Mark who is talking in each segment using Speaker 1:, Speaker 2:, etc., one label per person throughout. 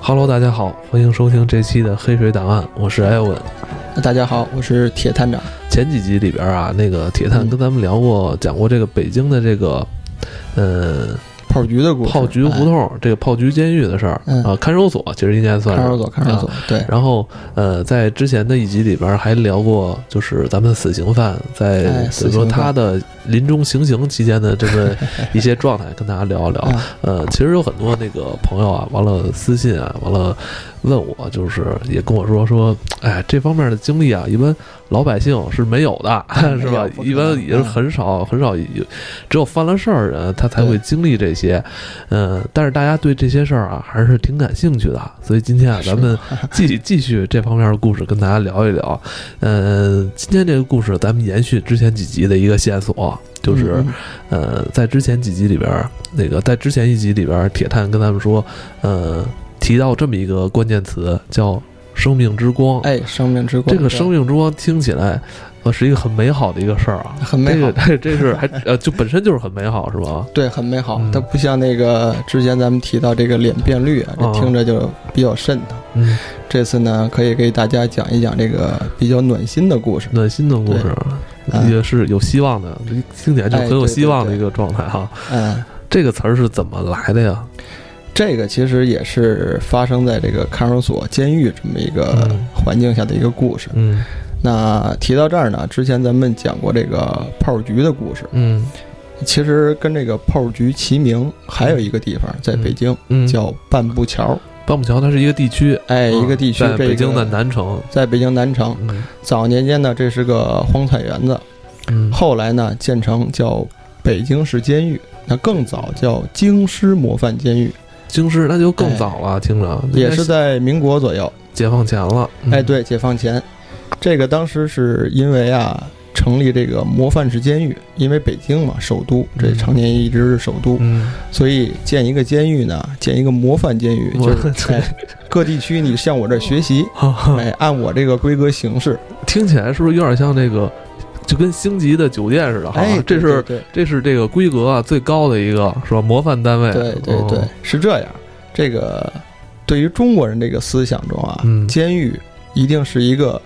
Speaker 1: Hello，大家好，欢迎收听这期的《黑水档案》，我是艾文。
Speaker 2: 大家好，我是铁探长。
Speaker 1: 前几集里边啊，那个铁探
Speaker 2: 嗯
Speaker 1: 跟咱们聊过，讲过这个北京的这个，嗯，
Speaker 2: 炮局的故事，哎
Speaker 1: 炮局胡同、这个炮局监狱的事儿、
Speaker 2: 嗯
Speaker 1: 啊，看守所其实应该
Speaker 2: 哎，
Speaker 1: 算是
Speaker 2: 看守所，看守所，对，
Speaker 1: 然后，呃，在之前的一集里边还聊过，就是咱们死刑犯在
Speaker 2: 哎
Speaker 1: 比如
Speaker 2: 死
Speaker 1: 说
Speaker 2: 刑犯
Speaker 1: 他的临终行刑期间的这么一些状态，跟大家聊一聊。
Speaker 2: 啊，
Speaker 1: 呃，其实有很多那个朋友啊，完了私信啊，完了问我，就是也跟我说说，哎，这方面的经历啊，一般老百姓是没有的，
Speaker 2: 嗯没
Speaker 1: 是
Speaker 2: 有
Speaker 1: 吧？
Speaker 2: 不可
Speaker 1: 一般
Speaker 2: 能
Speaker 1: 也是
Speaker 2: 嗯
Speaker 1: 很少很少有，只有犯了事儿的人他才会
Speaker 2: 对
Speaker 1: 经历这些。嗯、但是大家对这些事儿啊，还是挺感兴趣的，所以今天啊，
Speaker 2: 是
Speaker 1: 咱 们继继续这方面的故事跟大家聊一聊。嗯、今天这个故事咱们延续之前几集的一个线索，就是。
Speaker 2: 嗯嗯
Speaker 1: 呃，在之前几集里边儿，那个在之前一集里边儿，铁探跟他们说，呃，提到这么一个关键词叫“生命之光”。，
Speaker 2: 哎，生命之光，
Speaker 1: 这个
Speaker 2: 对
Speaker 1: 生命之光听起来，呃，是一个很美好的一个事儿啊，
Speaker 2: 很美 好
Speaker 1: 这个这是还呃，就本身就是很美好，是吧？
Speaker 2: 对，很美好
Speaker 1: 嗯。
Speaker 2: 它不像那个之前咱们提到这个脸变绿啊，
Speaker 1: 啊
Speaker 2: 这听着就比较瘆得慌。
Speaker 1: 嗯，
Speaker 2: 这次呢，可以给大家讲一讲这个比较暖心的故事。
Speaker 1: 暖心的故事
Speaker 2: 对嗯
Speaker 1: 也是有希望的，听起来就很有
Speaker 2: 哎对
Speaker 1: 希望的
Speaker 2: 对
Speaker 1: 一个状态哈。
Speaker 2: 嗯，
Speaker 1: 这个词儿是怎么来的呀？
Speaker 2: 这个其实也是发生在这个看守所、监狱这么一个
Speaker 1: 嗯
Speaker 2: 环境下的一个故事。
Speaker 1: 嗯
Speaker 2: 那提到这儿呢，之前咱们讲过这个炮局的故事，
Speaker 1: 嗯
Speaker 2: 其实跟这个炮局齐名，还有一个地方在北京、
Speaker 1: 嗯，
Speaker 2: 叫半步桥，
Speaker 1: 半木桥，它是一个地区，嗯
Speaker 2: 哎，一个地区，
Speaker 1: 哦在
Speaker 2: 这
Speaker 1: 北京
Speaker 2: 个
Speaker 1: 的南城。
Speaker 2: 在北京南城，
Speaker 1: 嗯
Speaker 2: 早年间呢，这是个荒菜园子，
Speaker 1: 嗯，
Speaker 2: 后来呢建成叫北京市监狱，那更早叫京师模范监狱，
Speaker 1: 京师那就更早了，听着
Speaker 2: 哎也是在民国左右，
Speaker 1: 解放前了。嗯
Speaker 2: 哎，，对，解放前，这个当时是因为啊。成立这个模范式监狱，因为北京嘛，首都，这
Speaker 1: 嗯
Speaker 2: 常年一直是首都，
Speaker 1: 嗯，
Speaker 2: 所以建一个监狱呢，建一个模范监狱，
Speaker 1: 我
Speaker 2: 就是、哎、各地区你向我这儿学习，
Speaker 1: 哈哈
Speaker 2: 哎，按我这个规格行事。
Speaker 1: 听起来是不是有点像那个，就跟星级的酒店似的哈？
Speaker 2: 哎，
Speaker 1: 哦这是
Speaker 2: 对
Speaker 1: 这是这个规格啊最高的一个是吧？模范单位。
Speaker 2: 对对对对
Speaker 1: 哦，
Speaker 2: 是这样。这个对于中国人这个思想中啊，
Speaker 1: 嗯
Speaker 2: 监狱一定是一个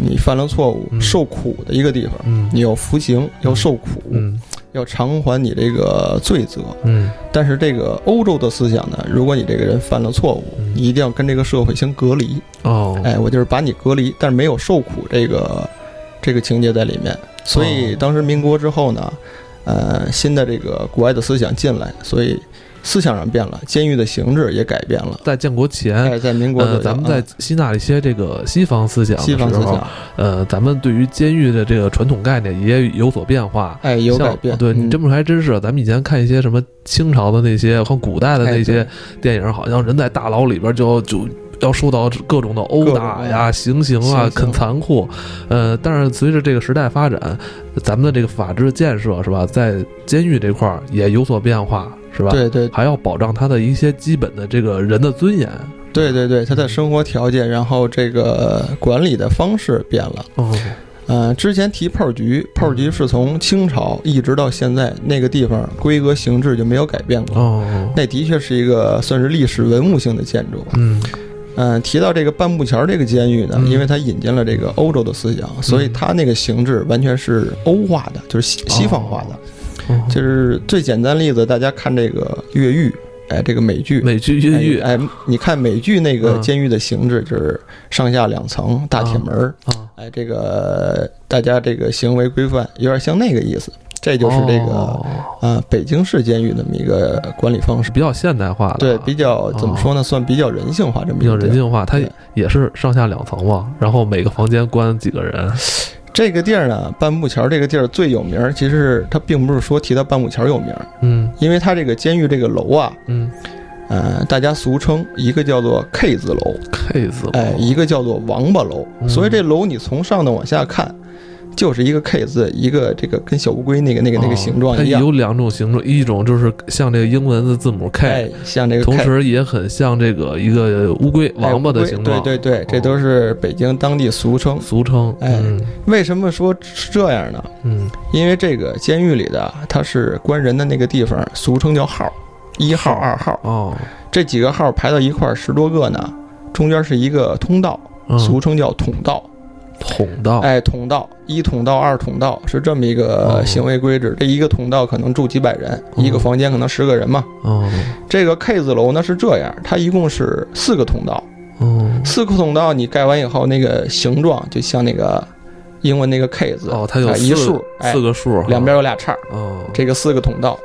Speaker 2: 你犯了错误、
Speaker 1: 嗯
Speaker 2: 受苦的一个地方，
Speaker 1: 嗯
Speaker 2: 你要服刑，要受苦，
Speaker 1: 嗯
Speaker 2: 要偿还你这个罪责。
Speaker 1: 嗯
Speaker 2: 但是这个欧洲的思想呢，如果你这个人犯了错误，
Speaker 1: 嗯
Speaker 2: 你一定要跟这个社会先隔离。
Speaker 1: 哦，
Speaker 2: 哎，我就是把你隔离，但是没有受苦这个这个情节在里面。所以
Speaker 1: 哦
Speaker 2: 当时民国之后呢，呃，新的这个国外的思想进来，所以思想上变了，监狱的形制也改变了。
Speaker 1: 在建国前。
Speaker 2: 哎，在民国左
Speaker 1: 呃，
Speaker 2: 右，
Speaker 1: 咱们在
Speaker 2: 嗯
Speaker 1: 吸纳一些这个西方思想的
Speaker 2: 西方思
Speaker 1: 时候
Speaker 2: 想，
Speaker 1: 呃，咱们对于监狱的这个传统概念也有所变化。
Speaker 2: 哎有
Speaker 1: 像
Speaker 2: 改变。
Speaker 1: 对你
Speaker 2: 嗯
Speaker 1: 这么说还真是，咱们以前看一些什么清朝的那些和古代的
Speaker 2: 哎
Speaker 1: 那些电
Speaker 2: 对
Speaker 1: 影，好像人在大牢里边就就要受到各种的殴打呀、行刑啊、
Speaker 2: 行刑
Speaker 1: 很残酷。呃，但是随着这个时代发展，咱们的这个法治建设是吧，在监狱这块儿也有所变化，是吧？
Speaker 2: 对对
Speaker 1: 还要保障他的一些基本的这个人的尊严。
Speaker 2: 对对对，他
Speaker 1: 嗯
Speaker 2: 的生活条件，然后这个管理的方式变了。
Speaker 1: 哦，
Speaker 2: 呃，之前提炮局，炮局是从清朝一直到现在，那个地方规格形制就没有改变过。
Speaker 1: 哦，
Speaker 2: 那的确是一个算是历史文物性的建筑。
Speaker 1: 嗯，
Speaker 2: 嗯、提到这个半步桥这个监狱呢，
Speaker 1: 嗯
Speaker 2: 因为它引进了这个欧洲的思想，所以它那个形制完全是欧化的，就是西西方化的。
Speaker 1: 哦
Speaker 2: 就是最简单例子，大家看这个《越狱》，哎，这个美剧。
Speaker 1: 美剧越狱
Speaker 2: 哎，哎你看美剧那个
Speaker 1: 嗯
Speaker 2: 监狱的形制，就是上下两层大铁门儿，
Speaker 1: 啊，
Speaker 2: 哎，这个大家这个行为规范有点像那个意思，这就是这个、
Speaker 1: 哦
Speaker 2: 呃北京市监狱那么一个管理方式
Speaker 1: 是。比较现代化的啊，
Speaker 2: 对，比较怎么说呢？算比较人性化这么
Speaker 1: 哦比
Speaker 2: 一
Speaker 1: 较
Speaker 2: 个
Speaker 1: 人
Speaker 2: 地儿。
Speaker 1: 性化，它
Speaker 2: 对
Speaker 1: 也是上下两层嘛，然后每个房间关几个人。
Speaker 2: 这个地儿呢，半步桥这个地儿最有名儿，其实它并不是说提到半步桥有名儿，
Speaker 1: 嗯
Speaker 2: 因为它这个监狱这个楼啊，
Speaker 1: 嗯
Speaker 2: 呃，大家俗称一个叫做 K 字楼，
Speaker 1: ，K 字
Speaker 2: 哎、
Speaker 1: 楼
Speaker 2: 一个叫做王八楼，
Speaker 1: 哦嗯
Speaker 2: 所以这楼你从上头往下看。就是一个 K 字，一个这个跟小乌龟那个那个那个
Speaker 1: 哦
Speaker 2: 形状
Speaker 1: 它
Speaker 2: 一样，
Speaker 1: 有两种形状，一种就是像这个英文的字母 K，、
Speaker 2: 哎，像这个
Speaker 1: 同
Speaker 2: K
Speaker 1: 时也很像这个一个乌龟
Speaker 2: 哎
Speaker 1: 王八的
Speaker 2: 乌龟
Speaker 1: 形状，哦
Speaker 2: 对对对，这都是北京当地俗称。
Speaker 1: 俗称。
Speaker 2: 哎
Speaker 1: 嗯
Speaker 2: 为什么说是这样呢？
Speaker 1: 嗯，
Speaker 2: 因为这个监狱里的它是关人的那个地方，俗称叫号，一号、
Speaker 1: 号
Speaker 2: 二号
Speaker 1: 哦，
Speaker 2: 这几个号排到一块儿十多个呢，中间是一个通道，
Speaker 1: 嗯哦
Speaker 2: 俗称叫通道。
Speaker 1: 捅到，
Speaker 2: 哎，通道一通道二通道是这么一个
Speaker 1: 哦
Speaker 2: 行为规制，这一个通道可能住几百人，
Speaker 1: 嗯
Speaker 2: 一个房间可能十个人嘛。
Speaker 1: 哦
Speaker 2: 这个 K 字楼呢是这样，它一共是四个通道，
Speaker 1: 哦
Speaker 2: 四个通道你盖完以后，那个形状就像那个英文那个 K 字，
Speaker 1: 哦，它有
Speaker 2: 哎
Speaker 1: 四
Speaker 2: 一竖，哎
Speaker 1: 四，个数，
Speaker 2: 两边有俩叉，
Speaker 1: 哦，
Speaker 2: 这个四个通道，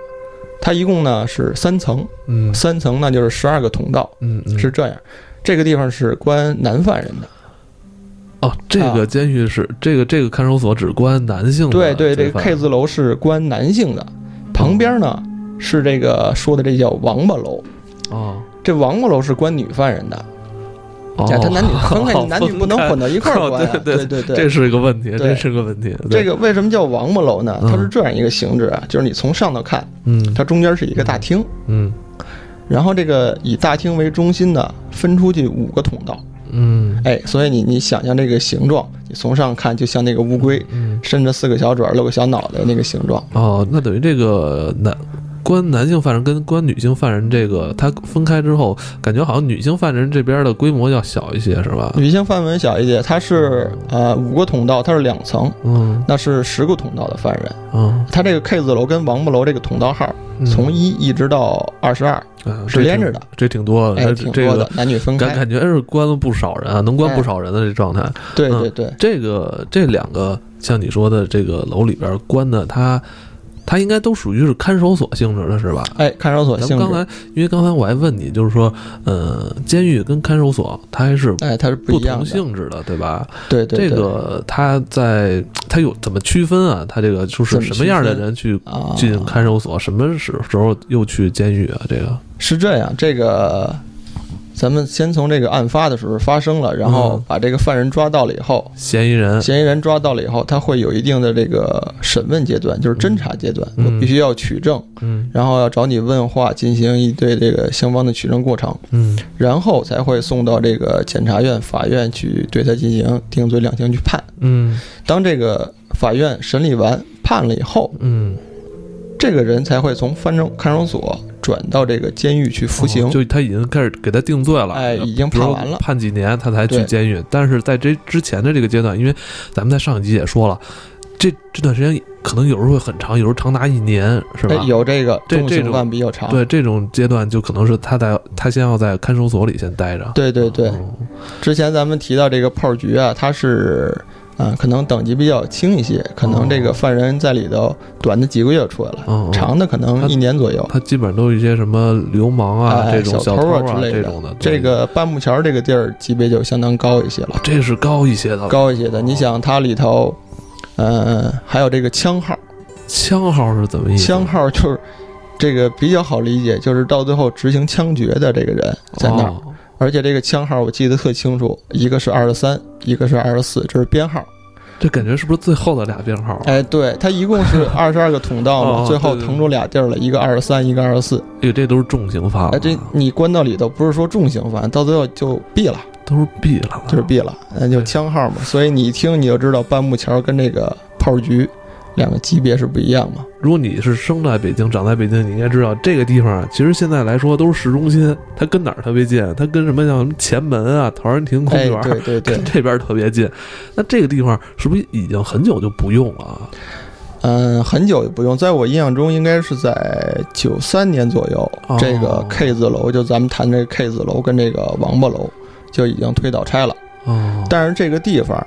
Speaker 2: 它一共呢是三层，
Speaker 1: 嗯
Speaker 2: 三层呢就是十二个通道，
Speaker 1: 嗯嗯
Speaker 2: 是这样。这个地方是关男犯人的，
Speaker 1: 哦，这个监狱是这个这个看守所只关男性的
Speaker 2: 啊对对，
Speaker 1: 罪
Speaker 2: 这个
Speaker 1: 啊犯
Speaker 2: K 字楼是关男性的，旁边呢是这个说的这叫王八楼，
Speaker 1: 哦
Speaker 2: 这王八楼是关女犯人的，
Speaker 1: 哦，
Speaker 2: 哎，他男女 分开，
Speaker 1: 哦
Speaker 2: 男女不能
Speaker 1: 分开
Speaker 2: 混到一块儿
Speaker 1: 哦
Speaker 2: 关啊，
Speaker 1: 对
Speaker 2: 对
Speaker 1: 对
Speaker 2: 对对，
Speaker 1: 这是个问题，
Speaker 2: 对
Speaker 1: 这是个问题。
Speaker 2: 这
Speaker 1: 个
Speaker 2: 个为什么叫王八楼呢？
Speaker 1: 嗯
Speaker 2: 它是这样一个形制啊，就是你从上头看，
Speaker 1: 嗯
Speaker 2: 它中间是一个大厅，
Speaker 1: 嗯
Speaker 2: 然后这个以大厅为中心呢，分出去五个通道。
Speaker 1: 嗯
Speaker 2: 哎，所以你你想象这个形状，你从上看就像那个乌龟
Speaker 1: 嗯
Speaker 2: 伸着四个小爪儿、露个小脑袋那个形状。
Speaker 1: 哦，那等于这个男关男性犯人跟关女性犯人这个，他分开之后，感觉好像女性犯人这边的规模要小一些，是吧？
Speaker 2: 女性范围小一些，它是呃五个通道，它是两层，
Speaker 1: 嗯
Speaker 2: 那是十个通道的犯人。
Speaker 1: 嗯，
Speaker 2: 它这个 K 字楼跟王八楼这个通道号
Speaker 1: 嗯
Speaker 2: 从一一直到二十二，
Speaker 1: 啊
Speaker 2: 是
Speaker 1: 这
Speaker 2: 连
Speaker 1: 挺
Speaker 2: 着的，
Speaker 1: 这挺多的，
Speaker 2: 哎，
Speaker 1: 这
Speaker 2: 挺
Speaker 1: 哦这
Speaker 2: 多的
Speaker 1: 个，
Speaker 2: 男女分
Speaker 1: 感
Speaker 2: 开。
Speaker 1: 感觉是关了不少人啊，能关不少人的这状态。
Speaker 2: 对
Speaker 1: 嗯
Speaker 2: 对对，
Speaker 1: 这个这两个像你说的这个楼里边关的，它它应该都属于是看守所性质的，是吧？
Speaker 2: 哎，看守所
Speaker 1: 咱
Speaker 2: 性
Speaker 1: 们刚
Speaker 2: 质，
Speaker 1: 才，因为刚才我还问你，就是说，呃，监狱跟看守所它还是
Speaker 2: 哎，它是不
Speaker 1: 不
Speaker 2: 一样
Speaker 1: 同
Speaker 2: 的。
Speaker 1: 性质的，对吧？
Speaker 2: 对对对。
Speaker 1: 这个它在它有怎么区分啊？它这个就是
Speaker 2: 怎么
Speaker 1: 什么样的
Speaker 2: 区分
Speaker 1: 人去
Speaker 2: 啊，
Speaker 1: 进看守所，什么时时候又去监狱啊？这个，
Speaker 2: 是这样，这个咱们先从这个案发的时候发生了，然后
Speaker 1: 嗯
Speaker 2: 把这个犯人抓到了以后，
Speaker 1: 嫌疑人，
Speaker 2: 嫌疑人抓到了以后，他会有一定的这个审问阶段，就是侦查阶段，
Speaker 1: 嗯
Speaker 2: 我必须要取证，
Speaker 1: 嗯
Speaker 2: 然后要找你问话，进行一对这个相关的取证过程，
Speaker 1: 嗯
Speaker 2: 然后才会送到这个检察院、法院去对他进行定罪量刑去判。
Speaker 1: 嗯
Speaker 2: 当这个法院审理完判了以后，
Speaker 1: 嗯，
Speaker 2: 这个人才会从犯正看守所转到这个监狱去服刑。
Speaker 1: 哦就他已经开始给他定罪了，
Speaker 2: 哎，已经
Speaker 1: 比如
Speaker 2: 判完了。
Speaker 1: 判几年他才去
Speaker 2: 对
Speaker 1: 监狱。但是在这之前的这个阶段，因为咱们在上一集也说了，这这段时间可能有时候会很长，有时候长达一年，是吧？
Speaker 2: 哎，有这个
Speaker 1: 这
Speaker 2: 重
Speaker 1: 这
Speaker 2: 刑
Speaker 1: 种
Speaker 2: 犯比较长。
Speaker 1: 对这种阶段，就可能是他在他先要在看守所里先待着。
Speaker 2: 对对对
Speaker 1: 哦
Speaker 2: 之前咱们提到这个炮局啊，它是啊、呃可能等级比较轻一些，可能这个犯人在里头短的几个月出来了，
Speaker 1: 哦哦哦
Speaker 2: 长的可能一年左右。
Speaker 1: 他基本上都是一些什么流氓啊、
Speaker 2: 哎
Speaker 1: 这种
Speaker 2: 小
Speaker 1: 偷
Speaker 2: 啊
Speaker 1: 啊
Speaker 2: 之类
Speaker 1: 这种的。对哦
Speaker 2: 这个半木桥这个地儿级别就相当高一些了，
Speaker 1: 这是高一些的了，
Speaker 2: 高一些的。
Speaker 1: 哦
Speaker 2: 你想它里头，呃，还有这个枪号，
Speaker 1: 枪号是怎么意思？哦
Speaker 2: 枪号就是这个比较好理解，就是到最后执行枪决的这个人在那儿。
Speaker 1: 哦
Speaker 2: 而且这个枪号我记得特清楚，一个是二十三，一个是二十四，这是编号。
Speaker 1: 这感觉是不是最后的俩编号啊？
Speaker 2: 哎，对，它一 共是二十二个通道
Speaker 1: 哦
Speaker 2: 嘛，最后
Speaker 1: 对对
Speaker 2: 腾出俩地儿了，一个二十三，一个二十四。
Speaker 1: 哎呦，这都是重刑犯了
Speaker 2: 哎，，这你关到里头，不是说重刑犯，到最后就毙了，
Speaker 1: 都是毙了，
Speaker 2: 就是毙
Speaker 1: 啊
Speaker 2: 了，那就枪号嘛。所以你一听你就知道，半木桥跟这个炮局两个级别是不一样嘛。
Speaker 1: 如果你是生在北京、长在北京，你应该知道这个地方啊其实现在来说都是市中心，它跟哪儿特别近？啊它跟什么像什么前门啊、陶然亭公
Speaker 2: 哎，
Speaker 1: 园，
Speaker 2: 对对对
Speaker 1: 跟，这边特别近。那这个地方是不是已经很久就不用了啊？
Speaker 2: 嗯，很久也不用，在我印象中应该是在九三年左右，
Speaker 1: 哦
Speaker 2: 这个 K 字楼，就咱们谈这个 K 字楼跟这个王八楼，就已经推倒拆了。
Speaker 1: 哦，
Speaker 2: 但是这个地方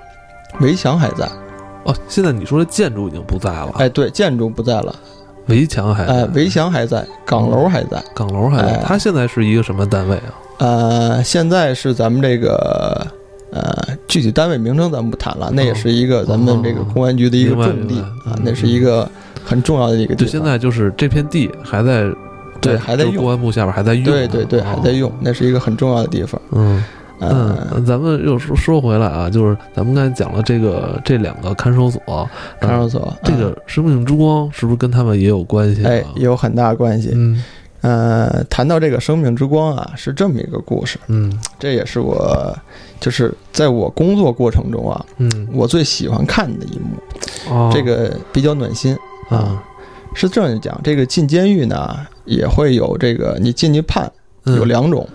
Speaker 2: 围墙还在，
Speaker 1: 哦，现在你说的建筑已经不在了，
Speaker 2: 哎，对，建筑不在了，
Speaker 1: 围墙还
Speaker 2: 哎
Speaker 1: 在，，
Speaker 2: 围墙还在，岗楼还在，
Speaker 1: 岗楼还在
Speaker 2: 哎。
Speaker 1: 它现在是一个什么单位啊？
Speaker 2: 呃，现在是咱们这个呃具体单位名称咱们不谈了，那也是一个咱们这个公安局的一个
Speaker 1: 哦明白
Speaker 2: 重地
Speaker 1: 明白
Speaker 2: 啊
Speaker 1: 嗯，
Speaker 2: 那是一个很重要的一个地
Speaker 1: 就
Speaker 2: 方。
Speaker 1: 现在就是这片地还在，
Speaker 2: 对还在
Speaker 1: 就是
Speaker 2: 用
Speaker 1: 公安部下边还在用呢，啊
Speaker 2: 对对对，还在用
Speaker 1: 哦，
Speaker 2: 那是一个很重要的地方。
Speaker 1: 嗯
Speaker 2: 呃，
Speaker 1: 嗯，咱们又说说回来啊，就是咱们刚才讲了这个这两个看守所，呃
Speaker 2: 看守所
Speaker 1: 这
Speaker 2: 嗯
Speaker 1: 个生命之光是不是跟他们也有关系、啊？
Speaker 2: 哎有很大关系。
Speaker 1: 嗯
Speaker 2: 呃，谈到这个生命之光啊，是这么一个故事，
Speaker 1: 嗯
Speaker 2: 这也是我就是在我工作过程中啊，
Speaker 1: 嗯，
Speaker 2: 我最喜欢看的一幕，
Speaker 1: 哦，
Speaker 2: 这个比较暖心。
Speaker 1: 啊，
Speaker 2: 是这样讲，这个进监狱呢也会有这个你进去判
Speaker 1: 嗯
Speaker 2: 有两种，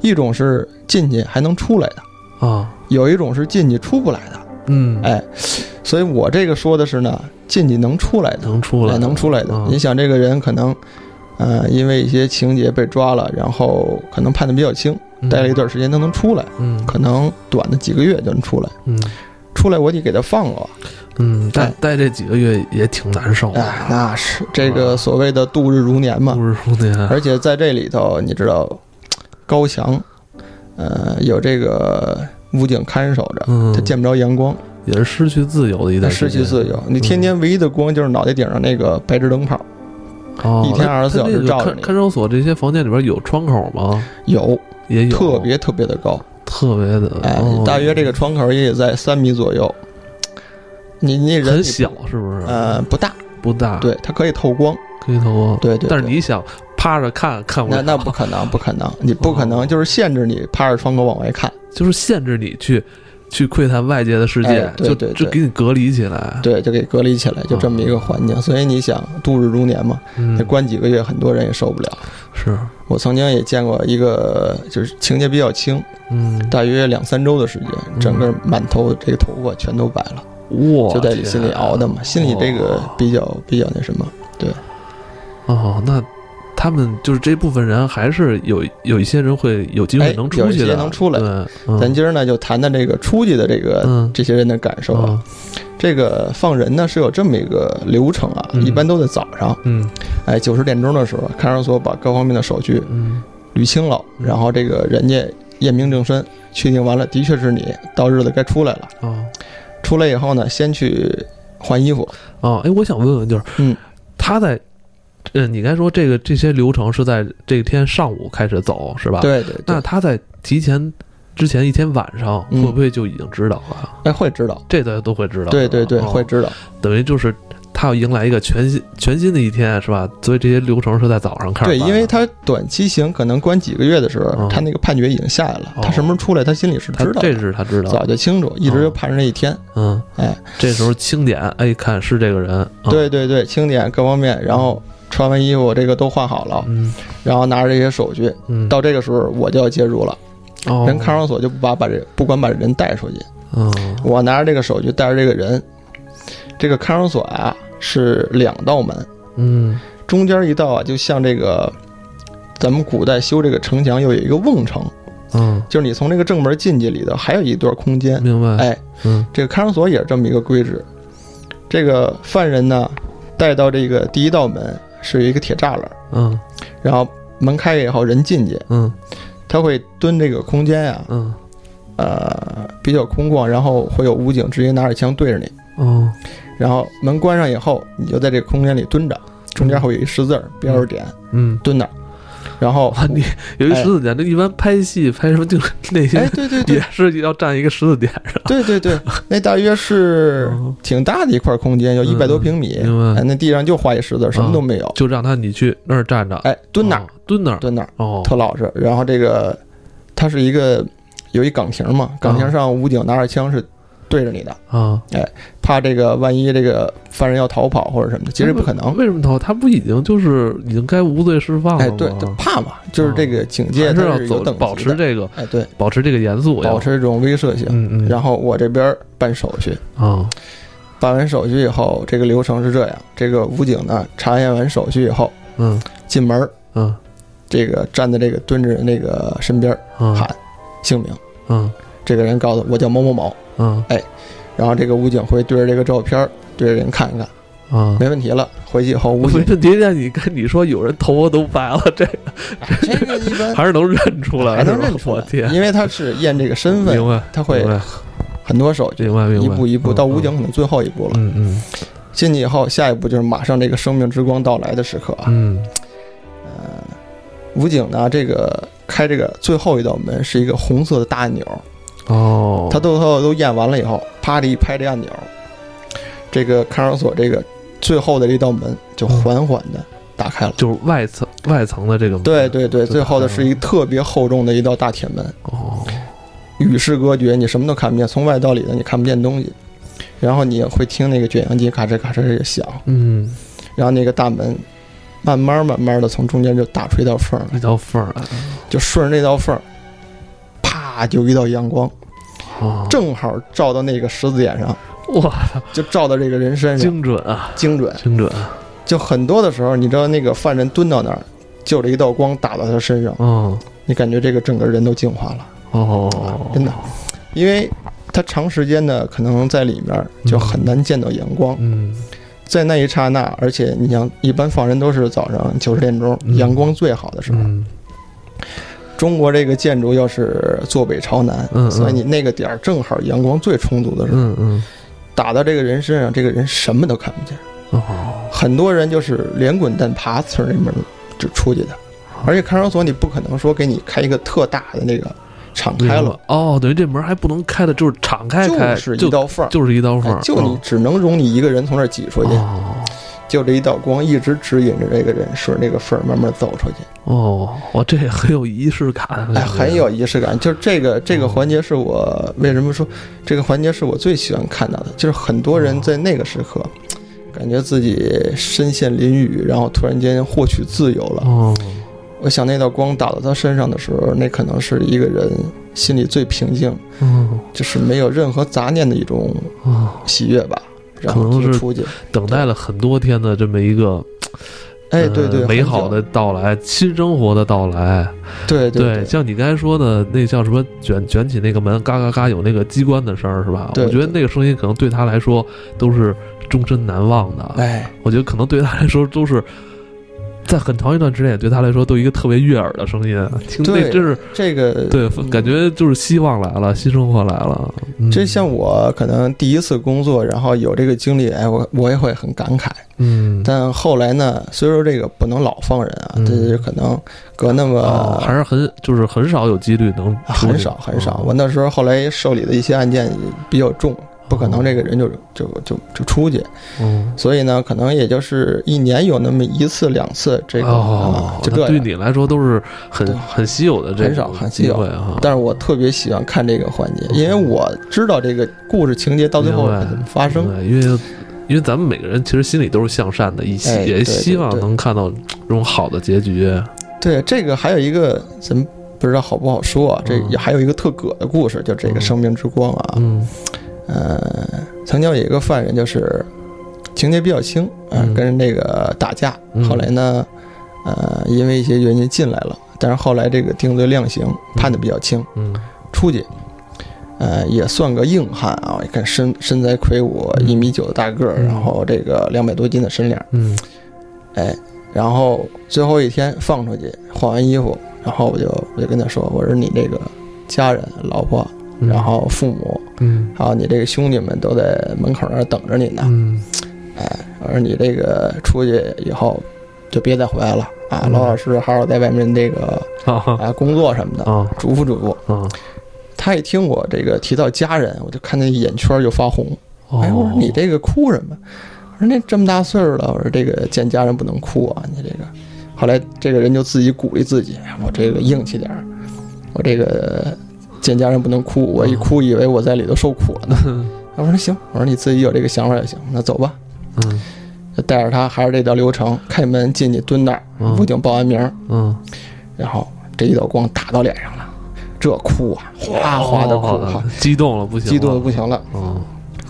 Speaker 2: 一种是进去还能出来的，
Speaker 1: 啊，
Speaker 2: 有一种是进去出不来的。
Speaker 1: 嗯，
Speaker 2: 哎，所以我这个说的是呢，进去能出来的，
Speaker 1: 能出来，
Speaker 2: 哎能出来的。
Speaker 1: 嗯
Speaker 2: 你想这个人可能，呃，因为一些情节被抓了，然后可能判的比较轻，
Speaker 1: 嗯
Speaker 2: 待了一，段时间他能出来，
Speaker 1: 嗯
Speaker 2: 可能短的几个月就能出来。
Speaker 1: 嗯
Speaker 2: 出来我得给他放了啊，
Speaker 1: 嗯，待
Speaker 2: 哎
Speaker 1: 待这几个月也挺难受的
Speaker 2: 哎，
Speaker 1: 啊，
Speaker 2: 那是这个所谓的度日如年嘛。
Speaker 1: 度日如年，
Speaker 2: 而且在这里头，你知道，高翔，呃，有这个武警看守着，
Speaker 1: 嗯，
Speaker 2: 他见不着阳光，
Speaker 1: 也是失去自由的一
Speaker 2: 他
Speaker 1: 段时
Speaker 2: 失
Speaker 1: 间，嗯
Speaker 2: 去自由。你天天唯一的光就是脑袋顶上那个白炽灯泡，
Speaker 1: 哦，
Speaker 2: 一天
Speaker 1: 那
Speaker 2: 24
Speaker 1: 他那
Speaker 2: 小时
Speaker 1: 个
Speaker 2: 照着
Speaker 1: 看
Speaker 2: 你
Speaker 1: 看守所这些房间里边有窗口吗？
Speaker 2: 有
Speaker 1: 也有，
Speaker 2: 特别特别的高，
Speaker 1: 特别的，
Speaker 2: 哎
Speaker 1: 哦，
Speaker 2: 大约这个窗口也得在三米左右。你你人
Speaker 1: 很
Speaker 2: 你
Speaker 1: 小，是不是？
Speaker 2: 呃，不大，
Speaker 1: 不大，
Speaker 2: 对，它可以透光，
Speaker 1: 可以透光。
Speaker 2: 对对。
Speaker 1: 但是
Speaker 2: 对
Speaker 1: 你想趴着看看啊不
Speaker 2: 那
Speaker 1: 了，
Speaker 2: 那不可能，不可能，你不可
Speaker 1: 哦
Speaker 2: 能就是限制你趴着窗口往外看。
Speaker 1: 就是限制你去去窥探外界的世界，
Speaker 2: 哎对对
Speaker 1: 就就
Speaker 2: 对
Speaker 1: 给你隔离起来。，
Speaker 2: 对，就给隔离起来，就这么一个环境。所以你想度日如年嘛，
Speaker 1: 嗯
Speaker 2: 那，关几个月，很多人也受不了。
Speaker 1: 是，
Speaker 2: 我曾经也见过一个，就是情节比较轻，
Speaker 1: 嗯，
Speaker 2: 大约两三周的时间，
Speaker 1: 嗯
Speaker 2: 整个满头这个头发全都白了，
Speaker 1: 哇，
Speaker 2: 就在你心里熬的
Speaker 1: 天哦
Speaker 2: 嘛，心里这个比较比较那什么。
Speaker 1: 啊哦，那。他们就是这部分人，还是有有一些人会有机会
Speaker 2: 哎
Speaker 1: 能
Speaker 2: 有
Speaker 1: 出
Speaker 2: 一
Speaker 1: 去
Speaker 2: 些
Speaker 1: 的，
Speaker 2: 能出来
Speaker 1: 对，嗯
Speaker 2: 咱今儿呢就谈谈这个出去的这个
Speaker 1: 嗯
Speaker 2: 这些人的感受啊。
Speaker 1: 啊
Speaker 2: 这个放人呢是有这么一个流程啊，
Speaker 1: 嗯
Speaker 2: 一般都在早上，
Speaker 1: 嗯
Speaker 2: 哎，九十点钟的时候，看守所把各方面的手续
Speaker 1: 嗯
Speaker 2: 捋清了，
Speaker 1: 嗯
Speaker 2: 然后这个人家验明正身，确定完了的确是你，到日子该出来了。
Speaker 1: 哦
Speaker 2: 出来以后呢，先去换衣服，
Speaker 1: 哦，哎，我想问问，就是
Speaker 2: 嗯，
Speaker 1: 他在，呃，你该说这个这些流程是在这天上午开始走是吧？。
Speaker 2: 对对
Speaker 1: 那
Speaker 2: 对，
Speaker 1: 他在提前之前一天晚上会
Speaker 2: 嗯
Speaker 1: 不会就已经知道了？
Speaker 2: 哎，会知道，
Speaker 1: 这大家都会知道。
Speaker 2: 对
Speaker 1: 是吧
Speaker 2: 对对，
Speaker 1: 哦
Speaker 2: 会知道，
Speaker 1: 等于就是他要迎来一个全新全新的一天，是吧？所以这些流程是在早上开始
Speaker 2: 对，
Speaker 1: 办的。
Speaker 2: 因为他短期刑可能关几个月的时
Speaker 1: 哦
Speaker 2: 候，他那个判决已经下来了
Speaker 1: 哦，
Speaker 2: 他什么时候出来，他心里是
Speaker 1: 他
Speaker 2: 知道
Speaker 1: 这
Speaker 2: 的，
Speaker 1: 是他知道，哦
Speaker 2: 早就清楚，一直就盼着那一天。
Speaker 1: 嗯，
Speaker 2: 哎，
Speaker 1: 这时候清点，哎，看是这个人，啊、
Speaker 2: 对，对对，清点各方面，然后穿完衣服这个都换好了，
Speaker 1: 嗯
Speaker 2: 然后拿着这些手续，
Speaker 1: 嗯，
Speaker 2: 到这个时候我就要介入了，
Speaker 1: 哦
Speaker 2: 人看守所就不把把这不管把人带出去，
Speaker 1: 嗯
Speaker 2: 我拿着这个手续带着这个人，这个看守所啊是两道门。
Speaker 1: 嗯
Speaker 2: 中间一道啊，就像这个咱们古代修这个城墙，又有一个瓮城，
Speaker 1: 嗯，
Speaker 2: 就是你从这个正门进去里头还有一段空间。
Speaker 1: 明白，
Speaker 2: 哎，
Speaker 1: 嗯
Speaker 2: 这个看守所也是这么一个规制。这个犯人呢，带到这个第一道门是一个铁栅栏，
Speaker 1: 嗯
Speaker 2: 然后门开以后人进去，
Speaker 1: 嗯
Speaker 2: 他会蹲这个空间呀、
Speaker 1: 嗯
Speaker 2: 呃，比较空旷，然后会有武警直接拿着枪对着你，
Speaker 1: 哦
Speaker 2: 然后门关上以后，你就在这个空间里蹲着，中间会有一十字儿标着点，
Speaker 1: 嗯。
Speaker 2: 蹲那儿，然后
Speaker 1: 哇，你有一
Speaker 2: 哎
Speaker 1: 十字点，那一般拍戏拍什么就那
Speaker 2: 哎
Speaker 1: 些，
Speaker 2: 对对 对
Speaker 1: 也，是要站一个十字点上。
Speaker 2: 对对对，那大约是
Speaker 1: 嗯
Speaker 2: 挺大的一块空间，有一百多平米，
Speaker 1: 明
Speaker 2: 哎
Speaker 1: 白，
Speaker 2: 那地上就画一十字，什么都没有，
Speaker 1: 就让他你去那儿站着，
Speaker 2: 哎，蹲那儿
Speaker 1: 哦，蹲那儿，
Speaker 2: 蹲那儿，
Speaker 1: 哦，
Speaker 2: 特老实。然后这个，它是一个有一岗亭
Speaker 1: 嗯
Speaker 2: 嘛，岗亭上武警拿着枪是对着你的，
Speaker 1: 啊，
Speaker 2: 怕这个万一这个呃犯人要逃跑或者什么的，其实不可能。
Speaker 1: 为什么逃？他不已经就是已经该无罪释放了
Speaker 2: 哎，
Speaker 1: 吗？啊哦
Speaker 2: 对，就怕嘛，就是这个警戒
Speaker 1: 还
Speaker 2: 它
Speaker 1: 是要
Speaker 2: 是有
Speaker 1: 走
Speaker 2: 等级的
Speaker 1: 保持，这个
Speaker 2: 哎，对，
Speaker 1: 保持这个严肃要，
Speaker 2: 保持这种威慑性。
Speaker 1: 嗯嗯，
Speaker 2: 然后我这边办手续，
Speaker 1: 啊
Speaker 2: 办完手续以后，这个流程是这样：这个武警呢查验完手续以后，
Speaker 1: 嗯
Speaker 2: 进门儿
Speaker 1: 嗯
Speaker 2: 这个站在这个蹲着那个身边儿
Speaker 1: 嗯
Speaker 2: 喊姓名，
Speaker 1: 嗯
Speaker 2: 这个人告诉我叫某某某，
Speaker 1: 嗯
Speaker 2: 然后这个武警会对着这个照片儿对着人看一看，
Speaker 1: 嗯。
Speaker 2: 没问题了。回去以后，
Speaker 1: 我
Speaker 2: 武
Speaker 1: 没
Speaker 2: 警
Speaker 1: 问题，那你跟你说有人头发都白了，这
Speaker 2: 这个一 般
Speaker 1: 还是能认出来，
Speaker 2: 还能
Speaker 1: 是吧
Speaker 2: 认出
Speaker 1: 我
Speaker 2: 来，
Speaker 1: 天，
Speaker 2: 因为他是验这个身份，
Speaker 1: 明白，
Speaker 2: 他会
Speaker 1: 明白
Speaker 2: 很多手续，
Speaker 1: 明白明白，
Speaker 2: 一步一步
Speaker 1: 嗯
Speaker 2: 到武警，可能最后一步了。
Speaker 1: 嗯嗯
Speaker 2: 进去以后，下一步就是马上这个生命之光到来的时刻啊！
Speaker 1: 嗯
Speaker 2: 武警呢，这个开这个最后一道门是一个红色的大按钮，
Speaker 1: 哦，
Speaker 2: 他最后都验完了以后，啪的一拍这按钮，这个看守所这个最后的这道门就缓缓的打开了。
Speaker 1: 就是外层外层的这个门，
Speaker 2: 对对对，
Speaker 1: 哦就
Speaker 2: 最后的
Speaker 1: 打开
Speaker 2: 是一个特别厚重的一道大铁门，
Speaker 1: 哦，
Speaker 2: 与世隔绝，你什么都看不见，从外到里的你看不见东西。然后你也会听那个卷扬机咔哧咔哧的响，
Speaker 1: 嗯，
Speaker 2: 然后那个大门慢慢慢慢的从中间就打出一道缝儿来，
Speaker 1: 一道缝儿来了，
Speaker 2: 就顺着那道缝儿，啪就一道阳光，
Speaker 1: 哦，
Speaker 2: 正好照到那个十字眼上，
Speaker 1: 哇，
Speaker 2: 就照到这个人身上，
Speaker 1: 精准啊，
Speaker 2: 精准。
Speaker 1: 精准，
Speaker 2: 就很多的时候，你知道那个犯人蹲到那儿，就这一道光打到他身上，
Speaker 1: 嗯，
Speaker 2: 你感觉这个整个人都净化了，
Speaker 1: 哦，
Speaker 2: 真的，因为他长时间的可能在里面就很难见到阳光，
Speaker 1: 嗯，
Speaker 2: 在那一刹那，而且你像一般放人都是早上九十点钟
Speaker 1: 嗯
Speaker 2: 阳光最好的时候，
Speaker 1: 嗯，
Speaker 2: 中国这个建筑又是坐北朝南，
Speaker 1: 嗯嗯
Speaker 2: 所以你那个点儿正好阳光最充足的时候，
Speaker 1: 嗯嗯，
Speaker 2: 打到这个人身上，这个人什么都看不见。
Speaker 1: 哦，
Speaker 2: 很多人就是连滚带爬从那门就出去的，而且看守所你不可能说给你开一个特大的那个敞开了，，
Speaker 1: 哦，等于这门还不能开的，就是敞开开，
Speaker 2: 就是一
Speaker 1: 就
Speaker 2: 道缝儿，
Speaker 1: 就是一道缝
Speaker 2: 哎
Speaker 1: 儿，嗯
Speaker 2: 就你只能容你一个人从那儿挤出去，
Speaker 1: 哦
Speaker 2: 就这一道光一直指引着这个人顺着这个缝儿慢慢走出去，
Speaker 1: 哦，哇，这很有仪式感，
Speaker 2: 哎，很有仪式感。就这个这
Speaker 1: 哦
Speaker 2: 个环节是我为什么说这个环节是我最喜欢看到的，就是很多
Speaker 1: 哦
Speaker 2: 人在那个时刻。感觉自己身陷囹圄，然后突然间获取自由了，
Speaker 1: 哦，
Speaker 2: 我想那道光打到他身上的时候，那可能是一个人心里最平静，
Speaker 1: 嗯
Speaker 2: 就是没有任何杂念的一种
Speaker 1: 哦，
Speaker 2: 喜悦吧。然
Speaker 1: 可
Speaker 2: 后
Speaker 1: 能
Speaker 2: 就是出去，
Speaker 1: 等待了很多天的这么一个
Speaker 2: 哎，
Speaker 1: 呃
Speaker 2: 对对，
Speaker 1: 美
Speaker 2: 很久
Speaker 1: 好的，到来，新生活的到来，
Speaker 2: 对对，
Speaker 1: 像你刚才说的那叫什么卷卷起那个门，嘎嘎嘎有那个机关的声儿是吧？
Speaker 2: 对
Speaker 1: 我觉得
Speaker 2: 对
Speaker 1: 那个声音可能对他来说都是终身难忘的，
Speaker 2: 哎，
Speaker 1: 我觉得可能对他来说都是。在很长一段时间，对他来说都一个特别悦耳的声音，听那
Speaker 2: 对，
Speaker 1: 真是
Speaker 2: 这个，
Speaker 1: 对，
Speaker 2: 嗯
Speaker 1: 感觉就是希望来了，新生活来了。嗯、
Speaker 2: 这像我可能第一次工作，然后有这个经历，哎，我我也会很感慨。
Speaker 1: 嗯，
Speaker 2: 但后来呢，虽说这个不能老放人啊，
Speaker 1: 嗯
Speaker 2: 这就可能隔那
Speaker 1: 哦
Speaker 2: 么啊
Speaker 1: 还是很就是很少有几率能出
Speaker 2: 呃很
Speaker 1: 去
Speaker 2: 少很少。
Speaker 1: 嗯
Speaker 2: 我那时候后来受理的一些案件也比较重，不可
Speaker 1: 哦
Speaker 2: 能这个人就就就就出去。
Speaker 1: 嗯
Speaker 2: 所以呢，可能也就是一年有那么一次两次这个，
Speaker 1: 哦
Speaker 2: 啊，就
Speaker 1: 那
Speaker 2: 这
Speaker 1: 对
Speaker 2: 样。
Speaker 1: 你来说都是很
Speaker 2: 对
Speaker 1: 很稀有的这
Speaker 2: 很少
Speaker 1: 种
Speaker 2: 很稀有嗯
Speaker 1: 机会啊哈。
Speaker 2: 但是我特别喜欢看这个环节，因为我知道这个故事情节到最后
Speaker 1: 明白
Speaker 2: 会怎么发生。
Speaker 1: 对，因为因为咱们每个人其实心里都是向善的，也希
Speaker 2: 哎
Speaker 1: 也
Speaker 2: 对
Speaker 1: 希望
Speaker 2: 对对啊
Speaker 1: 能看到这种好的结局。
Speaker 2: 对，这个还有一个咱们不知道好不好说啊，这
Speaker 1: 嗯
Speaker 2: 也还有一个特葛的故事，就这个
Speaker 1: 嗯
Speaker 2: 生命之光啊，
Speaker 1: 嗯
Speaker 2: 呃，曾经有一个犯人就是情节比较轻，呃
Speaker 1: 嗯，
Speaker 2: 跟人这个打架
Speaker 1: 嗯，
Speaker 2: 后来呢，呃，因为一些原因进来了，但是后来这个定罪量刑判的比较轻，
Speaker 1: 嗯
Speaker 2: 出去，呃，也算个硬汉啊！一看身身材魁梧，
Speaker 1: 嗯
Speaker 2: 一米九的大个儿，
Speaker 1: 嗯
Speaker 2: 然后这个两百多斤的身量，
Speaker 1: 嗯
Speaker 2: 哎，然后最后一天放出去，换完衣服，然后我就我就跟他说，我说你这个家人、老婆，
Speaker 1: 嗯，
Speaker 2: 然后父母，
Speaker 1: 嗯
Speaker 2: 还有你这个兄弟们都在门口那儿等着你呢。
Speaker 1: 嗯
Speaker 2: 我说你这个出去以后就别再回来了啊，
Speaker 1: 嗯
Speaker 2: 老老实实好好在外面这个
Speaker 1: 啊啊
Speaker 2: 啊工作什么的，
Speaker 1: 啊
Speaker 2: 嘱咐嘱咐。
Speaker 1: 啊！
Speaker 2: 他一听我这个提到家人，我就看那眼圈儿就发红。哎，我
Speaker 1: 哦
Speaker 2: 说你这个哭什么？我说那这么大岁数了，我说这个见家人不能哭啊，你这个。后来这个人就自己鼓励自己，哎我这个硬气点儿，我这个见家人不能哭，我一哭以为我在里头受苦了呢。我说行，我说你自己有这个想法就行，那走吧。
Speaker 1: 嗯
Speaker 2: 就带着他还是这道流程，开门进去蹲那儿，
Speaker 1: 嗯
Speaker 2: 武警报完名儿，
Speaker 1: 嗯，
Speaker 2: 然后这一道光打到脸上了，这哭啊，哗哗的哭，
Speaker 1: 哦
Speaker 2: 哈，
Speaker 1: 激动了不行了，
Speaker 2: 激动的不行了。
Speaker 1: 嗯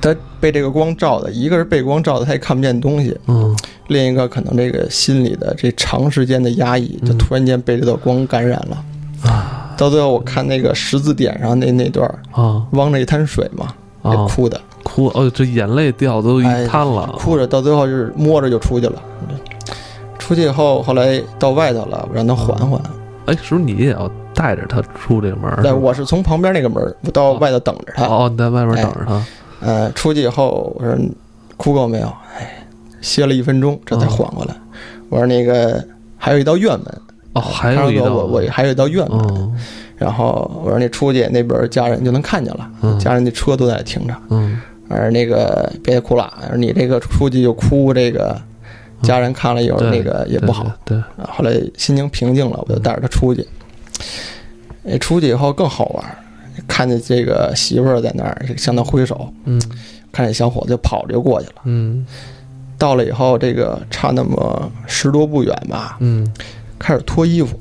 Speaker 2: 他被这个光照的，一个是被光照的，他也看不见东西；
Speaker 1: 嗯
Speaker 2: 另一个可能这个心里的这长时间的压抑，就突然间被这道光感染了。
Speaker 1: 嗯啊
Speaker 2: 到最后，我看那个十字点上那那段儿，
Speaker 1: 啊
Speaker 2: 汪着一滩水嘛，也
Speaker 1: 啊！
Speaker 2: 哭的，
Speaker 1: 哭哦，这眼泪掉都一
Speaker 2: 哎
Speaker 1: 滩了，
Speaker 2: 哭着，到最后就是摸着就出去了。出去以后，后来到外头了，我让他缓缓。
Speaker 1: 哎，是不是你也要带着他出这个门儿？
Speaker 2: 但
Speaker 1: 是吧
Speaker 2: 我是从旁边那个门儿，我到外头等着他。
Speaker 1: 哦，你在外面
Speaker 2: 哎
Speaker 1: 等着他。
Speaker 2: 呃，出去以后我说哭够没有？
Speaker 1: 啊
Speaker 2: 哎，歇了一分钟，这才缓过来。我说那个还有一道院门，
Speaker 1: 哦，还
Speaker 2: 他
Speaker 1: 有一
Speaker 2: 说
Speaker 1: 道
Speaker 2: 我我还有一道院门，
Speaker 1: 嗯
Speaker 2: 然后我说你出去那边家人就能看见了，
Speaker 1: 嗯
Speaker 2: 家人那车都在那停着。
Speaker 1: 嗯
Speaker 2: 我说那个别哭了，我说你这个出去就哭，这个家人看了以后
Speaker 1: 嗯对
Speaker 2: 那个也不好。
Speaker 1: 对，对
Speaker 2: 啊后来心情平静了，我就带着他出去。哎，出去以后更好玩儿，看见这个媳妇儿在那儿向他挥手，
Speaker 1: 嗯
Speaker 2: 看见小伙子就跑着就过去了。
Speaker 1: 嗯
Speaker 2: 到了以后，这个差那么十多步远吧，
Speaker 1: 嗯，
Speaker 2: 开始脱衣服，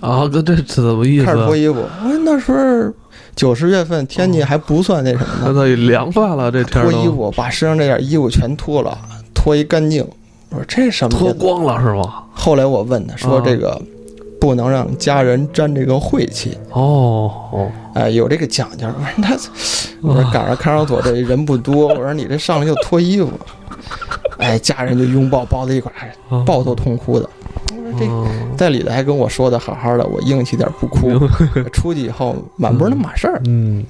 Speaker 1: 啊，哥这是怎么意思
Speaker 2: 开
Speaker 1: 啊
Speaker 2: 始？脱衣服。哎，那时候九十月份天气还不算那什么呢，
Speaker 1: 啊那到底凉快了，这天儿
Speaker 2: 脱
Speaker 1: 都
Speaker 2: 衣服，把身上这点衣服全脱了，脱一干净。我说这什么意
Speaker 1: 脱
Speaker 2: 思？
Speaker 1: 光了是吗？
Speaker 2: 后来我问他说
Speaker 1: 啊
Speaker 2: 这个。不能让家人沾这个晦气，
Speaker 1: 哦
Speaker 2: 哎、有这个讲究。我说他，我说
Speaker 1: 哦，
Speaker 2: 赶上看守所这人不多，我说你这上来就脱衣服， 哎，家人就拥抱抱在一块儿，哎
Speaker 1: 啊
Speaker 2: 抱头痛哭的。我说这
Speaker 1: 嗯
Speaker 2: 在里头还跟我说的好好的，我硬气点不哭。出去以后满不是那么码事儿。
Speaker 1: 嗯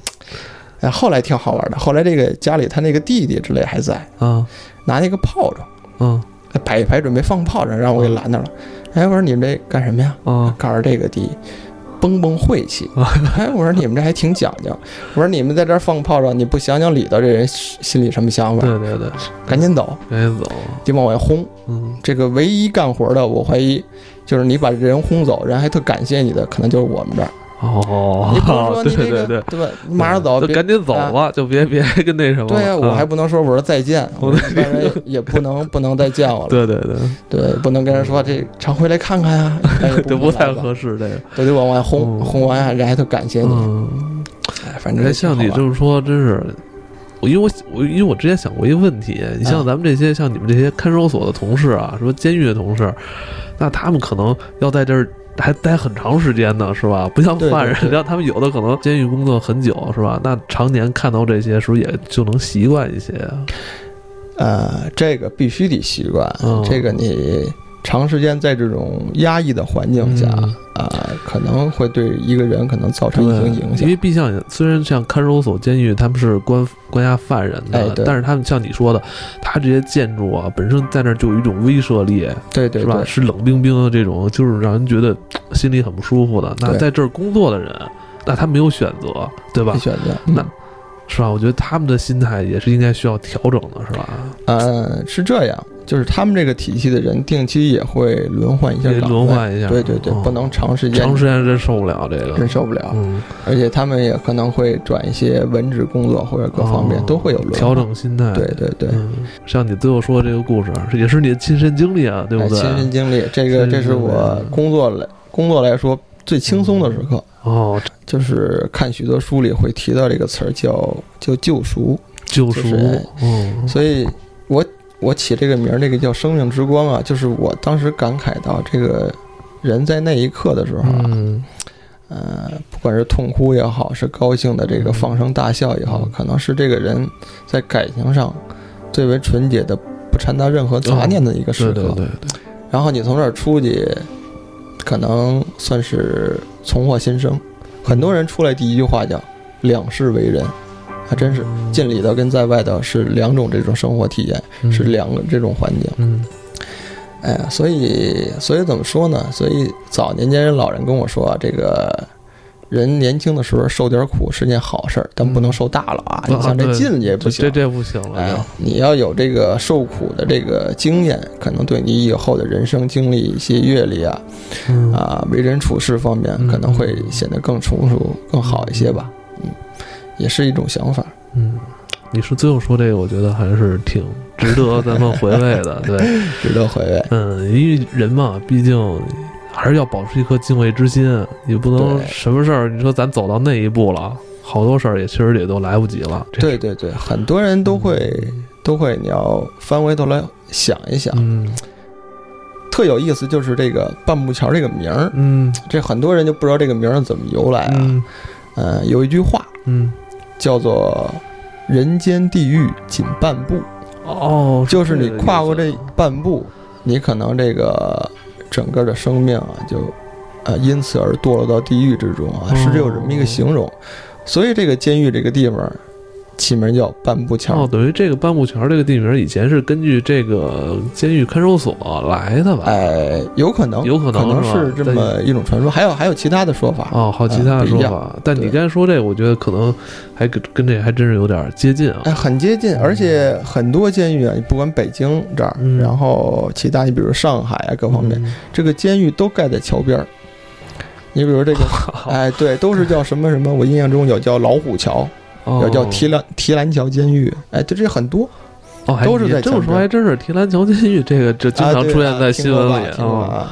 Speaker 2: 哎，后来挺好玩的，后来这个家里他那个弟弟之类还在，
Speaker 1: 啊
Speaker 2: 拿那个炮仗。
Speaker 1: 嗯
Speaker 2: 摆一排准备放炮仗，让我给拦那儿了。哎，我说你们这干什么呀？
Speaker 1: 啊
Speaker 2: 告诉这个地，崩崩晦气。
Speaker 1: 嗯
Speaker 2: 哎，我说你们这还挺讲究。我说你们在这儿放炮仗，你不想想里头这人心里什么想法？
Speaker 1: 对对对，
Speaker 2: 赶紧走，
Speaker 1: 赶紧走，
Speaker 2: 得往外轰。
Speaker 1: 嗯
Speaker 2: 这个唯一干活的，我怀疑就是你把人轰走，人还特感谢你的，可能就是我们这儿。你不能
Speaker 1: 哦
Speaker 2: 哎说，你
Speaker 1: 对对
Speaker 2: 这个
Speaker 1: 对。
Speaker 2: 对吧？你马上走，
Speaker 1: 就
Speaker 2: 别啊
Speaker 1: 赶紧走吧，就别别跟那什么了。啊
Speaker 2: 对呀，啊我还不能说我说再见，
Speaker 1: 我
Speaker 2: 我一般人也不能不能再见我了，
Speaker 1: 对对对，
Speaker 2: 对，不能跟人说这常回来看看 啊，一般也
Speaker 1: 就不
Speaker 2: 会来
Speaker 1: 太
Speaker 2: 吧
Speaker 1: 合适这个。
Speaker 2: 都得往外轰，
Speaker 1: 嗯
Speaker 2: 轰完人还都感谢你。
Speaker 1: 嗯，
Speaker 2: 哎，反正
Speaker 1: 哎，像你
Speaker 2: 挺好
Speaker 1: 这么说，真是。我因为我我因为我之前想过一个问题，你像
Speaker 2: 啊
Speaker 1: 咱们这些像你们这些看守所的同事啊，什么监狱的同事，那他们可能要在这儿还待很长时间呢，是吧？不像
Speaker 2: 对对
Speaker 1: 犯人，
Speaker 2: 对
Speaker 1: 像他们有的可能监狱工作很久，是吧？那常年看到这些，是不是也就能习惯一些啊？
Speaker 2: 玩呃，这个必须得习惯
Speaker 1: 嗯，
Speaker 2: 这个你长时间在这种压抑的环境下
Speaker 1: 嗯
Speaker 2: 啊，可能会对一个人可能造成一
Speaker 1: 对
Speaker 2: 定影
Speaker 1: 因
Speaker 2: 响。
Speaker 1: 为毕竟虽然像看守所、监狱，他们是关关押犯人的，
Speaker 2: 哎对
Speaker 1: 但是他们像你说的，他这些建筑啊，本身在那儿就有一种威慑力，
Speaker 2: 对对
Speaker 1: 是吧？
Speaker 2: 对，
Speaker 1: 是冷冰冰的这种，就是让人觉得嘖心里很不舒服的。那
Speaker 2: 对
Speaker 1: 在这儿工作的人，那他没有选择，对吧
Speaker 2: 必？选择。
Speaker 1: 那是吧？我觉得他们的心态也是应该需要调整的，是吧？
Speaker 2: 呃，是这样，就是他们这个体系的人定期也会轮换一下
Speaker 1: 也
Speaker 2: 岗位
Speaker 1: 轮。换一下，
Speaker 2: 对对对，
Speaker 1: 嗯
Speaker 2: 不能长时间
Speaker 1: 长时间真受不了这个，
Speaker 2: 真受不了，
Speaker 1: 嗯，
Speaker 2: 而且他们也可能会转一些文职工作或者各方面
Speaker 1: 哦
Speaker 2: 都会有轮
Speaker 1: 调
Speaker 2: 换。
Speaker 1: 整心态，
Speaker 2: 对对对。
Speaker 1: 嗯，像你最后说的这个故事，也是你的亲身经历啊，对不
Speaker 2: 哎，
Speaker 1: 对？
Speaker 2: 亲身经历，这
Speaker 1: 亲
Speaker 2: 个
Speaker 1: 身
Speaker 2: 这是
Speaker 1: 经历
Speaker 2: 我工作来工作来说最轻松的时刻，
Speaker 1: 哦，
Speaker 2: 就是看许多书里会提到这个词儿叫叫救赎，
Speaker 1: 救赎
Speaker 2: 就是，哎
Speaker 1: 嗯，
Speaker 2: 所以我我起这个名儿，这个叫生命之光啊，就是我当时感慨到这个人在那一刻的时候啊，
Speaker 1: 嗯，
Speaker 2: 呃，不管是痛哭也好，是高兴的这个放声大笑也好
Speaker 1: 嗯，
Speaker 2: 可能是这个人在感情上最为纯洁的，不掺杂任何杂念的一个时
Speaker 1: 对
Speaker 2: 刻。
Speaker 1: 对对对，
Speaker 2: 然后你从这儿出去，可能算是重获新生。很多人出来第一句话叫“两世为人”，还真是
Speaker 1: 嗯
Speaker 2: 进里头跟在外头是两种这种生活体验，
Speaker 1: 嗯
Speaker 2: 是，两个这种环境。
Speaker 1: 嗯
Speaker 2: 哎，所以所以怎么说呢？所以早年间人老人跟我说啊，这个人年轻的时候受点苦是件好事儿，但不能受大了啊！
Speaker 1: 嗯
Speaker 2: 你像这
Speaker 1: 啊对
Speaker 2: 劲也不
Speaker 1: 这
Speaker 2: 行
Speaker 1: 这。这不行
Speaker 2: 哎
Speaker 1: 了，，
Speaker 2: 你要有这个受苦的这个经验，可能对你以后的人生经历、一些阅历啊，
Speaker 1: 这嗯，
Speaker 2: 啊，为人处事方面
Speaker 1: 嗯
Speaker 2: 可能会显得更成熟、更好一些吧。嗯，也是一种想法。
Speaker 1: 嗯，你是最后说这个，我觉得还是挺值得咱们回味 的，对，
Speaker 2: 值得回味。
Speaker 1: 嗯，因为人嘛，毕竟。还是要保持一颗敬畏之心，也不能
Speaker 2: 对
Speaker 1: 什么事儿。你说咱走到那一步了，好多事儿也确实也都来不及了。这
Speaker 2: 对，对对，很多人都会、都会，你要翻回头来想一想，
Speaker 1: 嗯
Speaker 2: 特有意思，就是这个半步桥这个名儿，
Speaker 1: 嗯
Speaker 2: 这很多人就不知道这个名儿怎么由来啊。
Speaker 1: 嗯
Speaker 2: 呃，有一句话
Speaker 1: 嗯，
Speaker 2: 叫做“人间地狱仅半步”。
Speaker 1: 哦，
Speaker 2: 就是你
Speaker 1: 这个意
Speaker 2: 跨过
Speaker 1: 思
Speaker 2: 这半步，你可能这个整个的生命啊，就呃因此而堕落到地狱之中啊，
Speaker 1: 哦
Speaker 2: 是有这么一个形容。所以这个监狱这个地方，起名叫半步桥。
Speaker 1: 哦，等于这个半步桥这个地名以前是根据这个监狱看守所来的吧？
Speaker 2: 哎，有可能，
Speaker 1: 有可
Speaker 2: 可
Speaker 1: 能是吧
Speaker 2: 是这么一种传说，还有还有其他的说法。
Speaker 1: 哦，还有其他的
Speaker 2: 嗯不
Speaker 1: 说
Speaker 2: 一样
Speaker 1: 法，但你
Speaker 2: 对
Speaker 1: 刚才说这个，我觉得可能还跟跟这还真是有点接近啊。
Speaker 2: 哎，很接近，而且很多监狱啊，你不管北京这儿，
Speaker 1: 嗯
Speaker 2: 然后其他你比如上海啊各方面，
Speaker 1: 嗯
Speaker 2: 这个监狱都盖在桥边儿。你比如这个，哎，对，都是叫什么什么，我印象中有叫老虎桥，有
Speaker 1: 哦
Speaker 2: 叫提篮提篮桥监狱，哎，对，这很多
Speaker 1: 哦，还
Speaker 2: 都是
Speaker 1: 你
Speaker 2: 在
Speaker 1: 这么
Speaker 2: 前
Speaker 1: 说，
Speaker 2: 边
Speaker 1: 还真是提篮桥监狱这个这经
Speaker 2: 啊
Speaker 1: 常
Speaker 2: 对
Speaker 1: 出
Speaker 2: 啊
Speaker 1: 现在
Speaker 2: 听
Speaker 1: 新
Speaker 2: 过
Speaker 1: 闻
Speaker 2: 吧
Speaker 1: 里
Speaker 2: 听过
Speaker 1: 啊，
Speaker 2: 啊。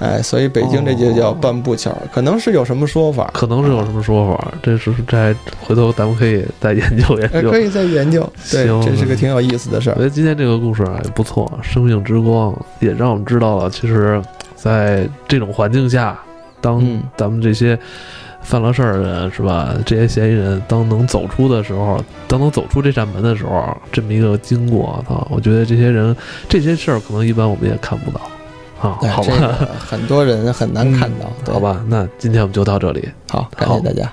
Speaker 2: 哎，所以北京这就叫半步桥，可能是有什么说法，
Speaker 1: 可能是有什么说法，这是这还回头咱们可以再研究研
Speaker 2: 呃，
Speaker 1: 究
Speaker 2: 可。以再研究。对，
Speaker 1: 行
Speaker 2: 这是个挺有意思的事
Speaker 1: 我
Speaker 2: 儿
Speaker 1: 觉。得今天这个故事啊也不错，生命之光也让我们知道了，其实，在这种环境下，当
Speaker 2: 嗯
Speaker 1: 咱们这些犯了事儿的人是吧，这些嫌疑人当能走出的时候，当能走出这扇门的时候，这么一个经过啊，我觉得这些人这些事儿可能一般我们也看不到啊，
Speaker 2: 哎
Speaker 1: 好
Speaker 2: 这
Speaker 1: 吧，嗯
Speaker 2: 个很多人很难看到。对
Speaker 1: 好，吧，那今天我们就到这里，
Speaker 2: 好，感谢大家。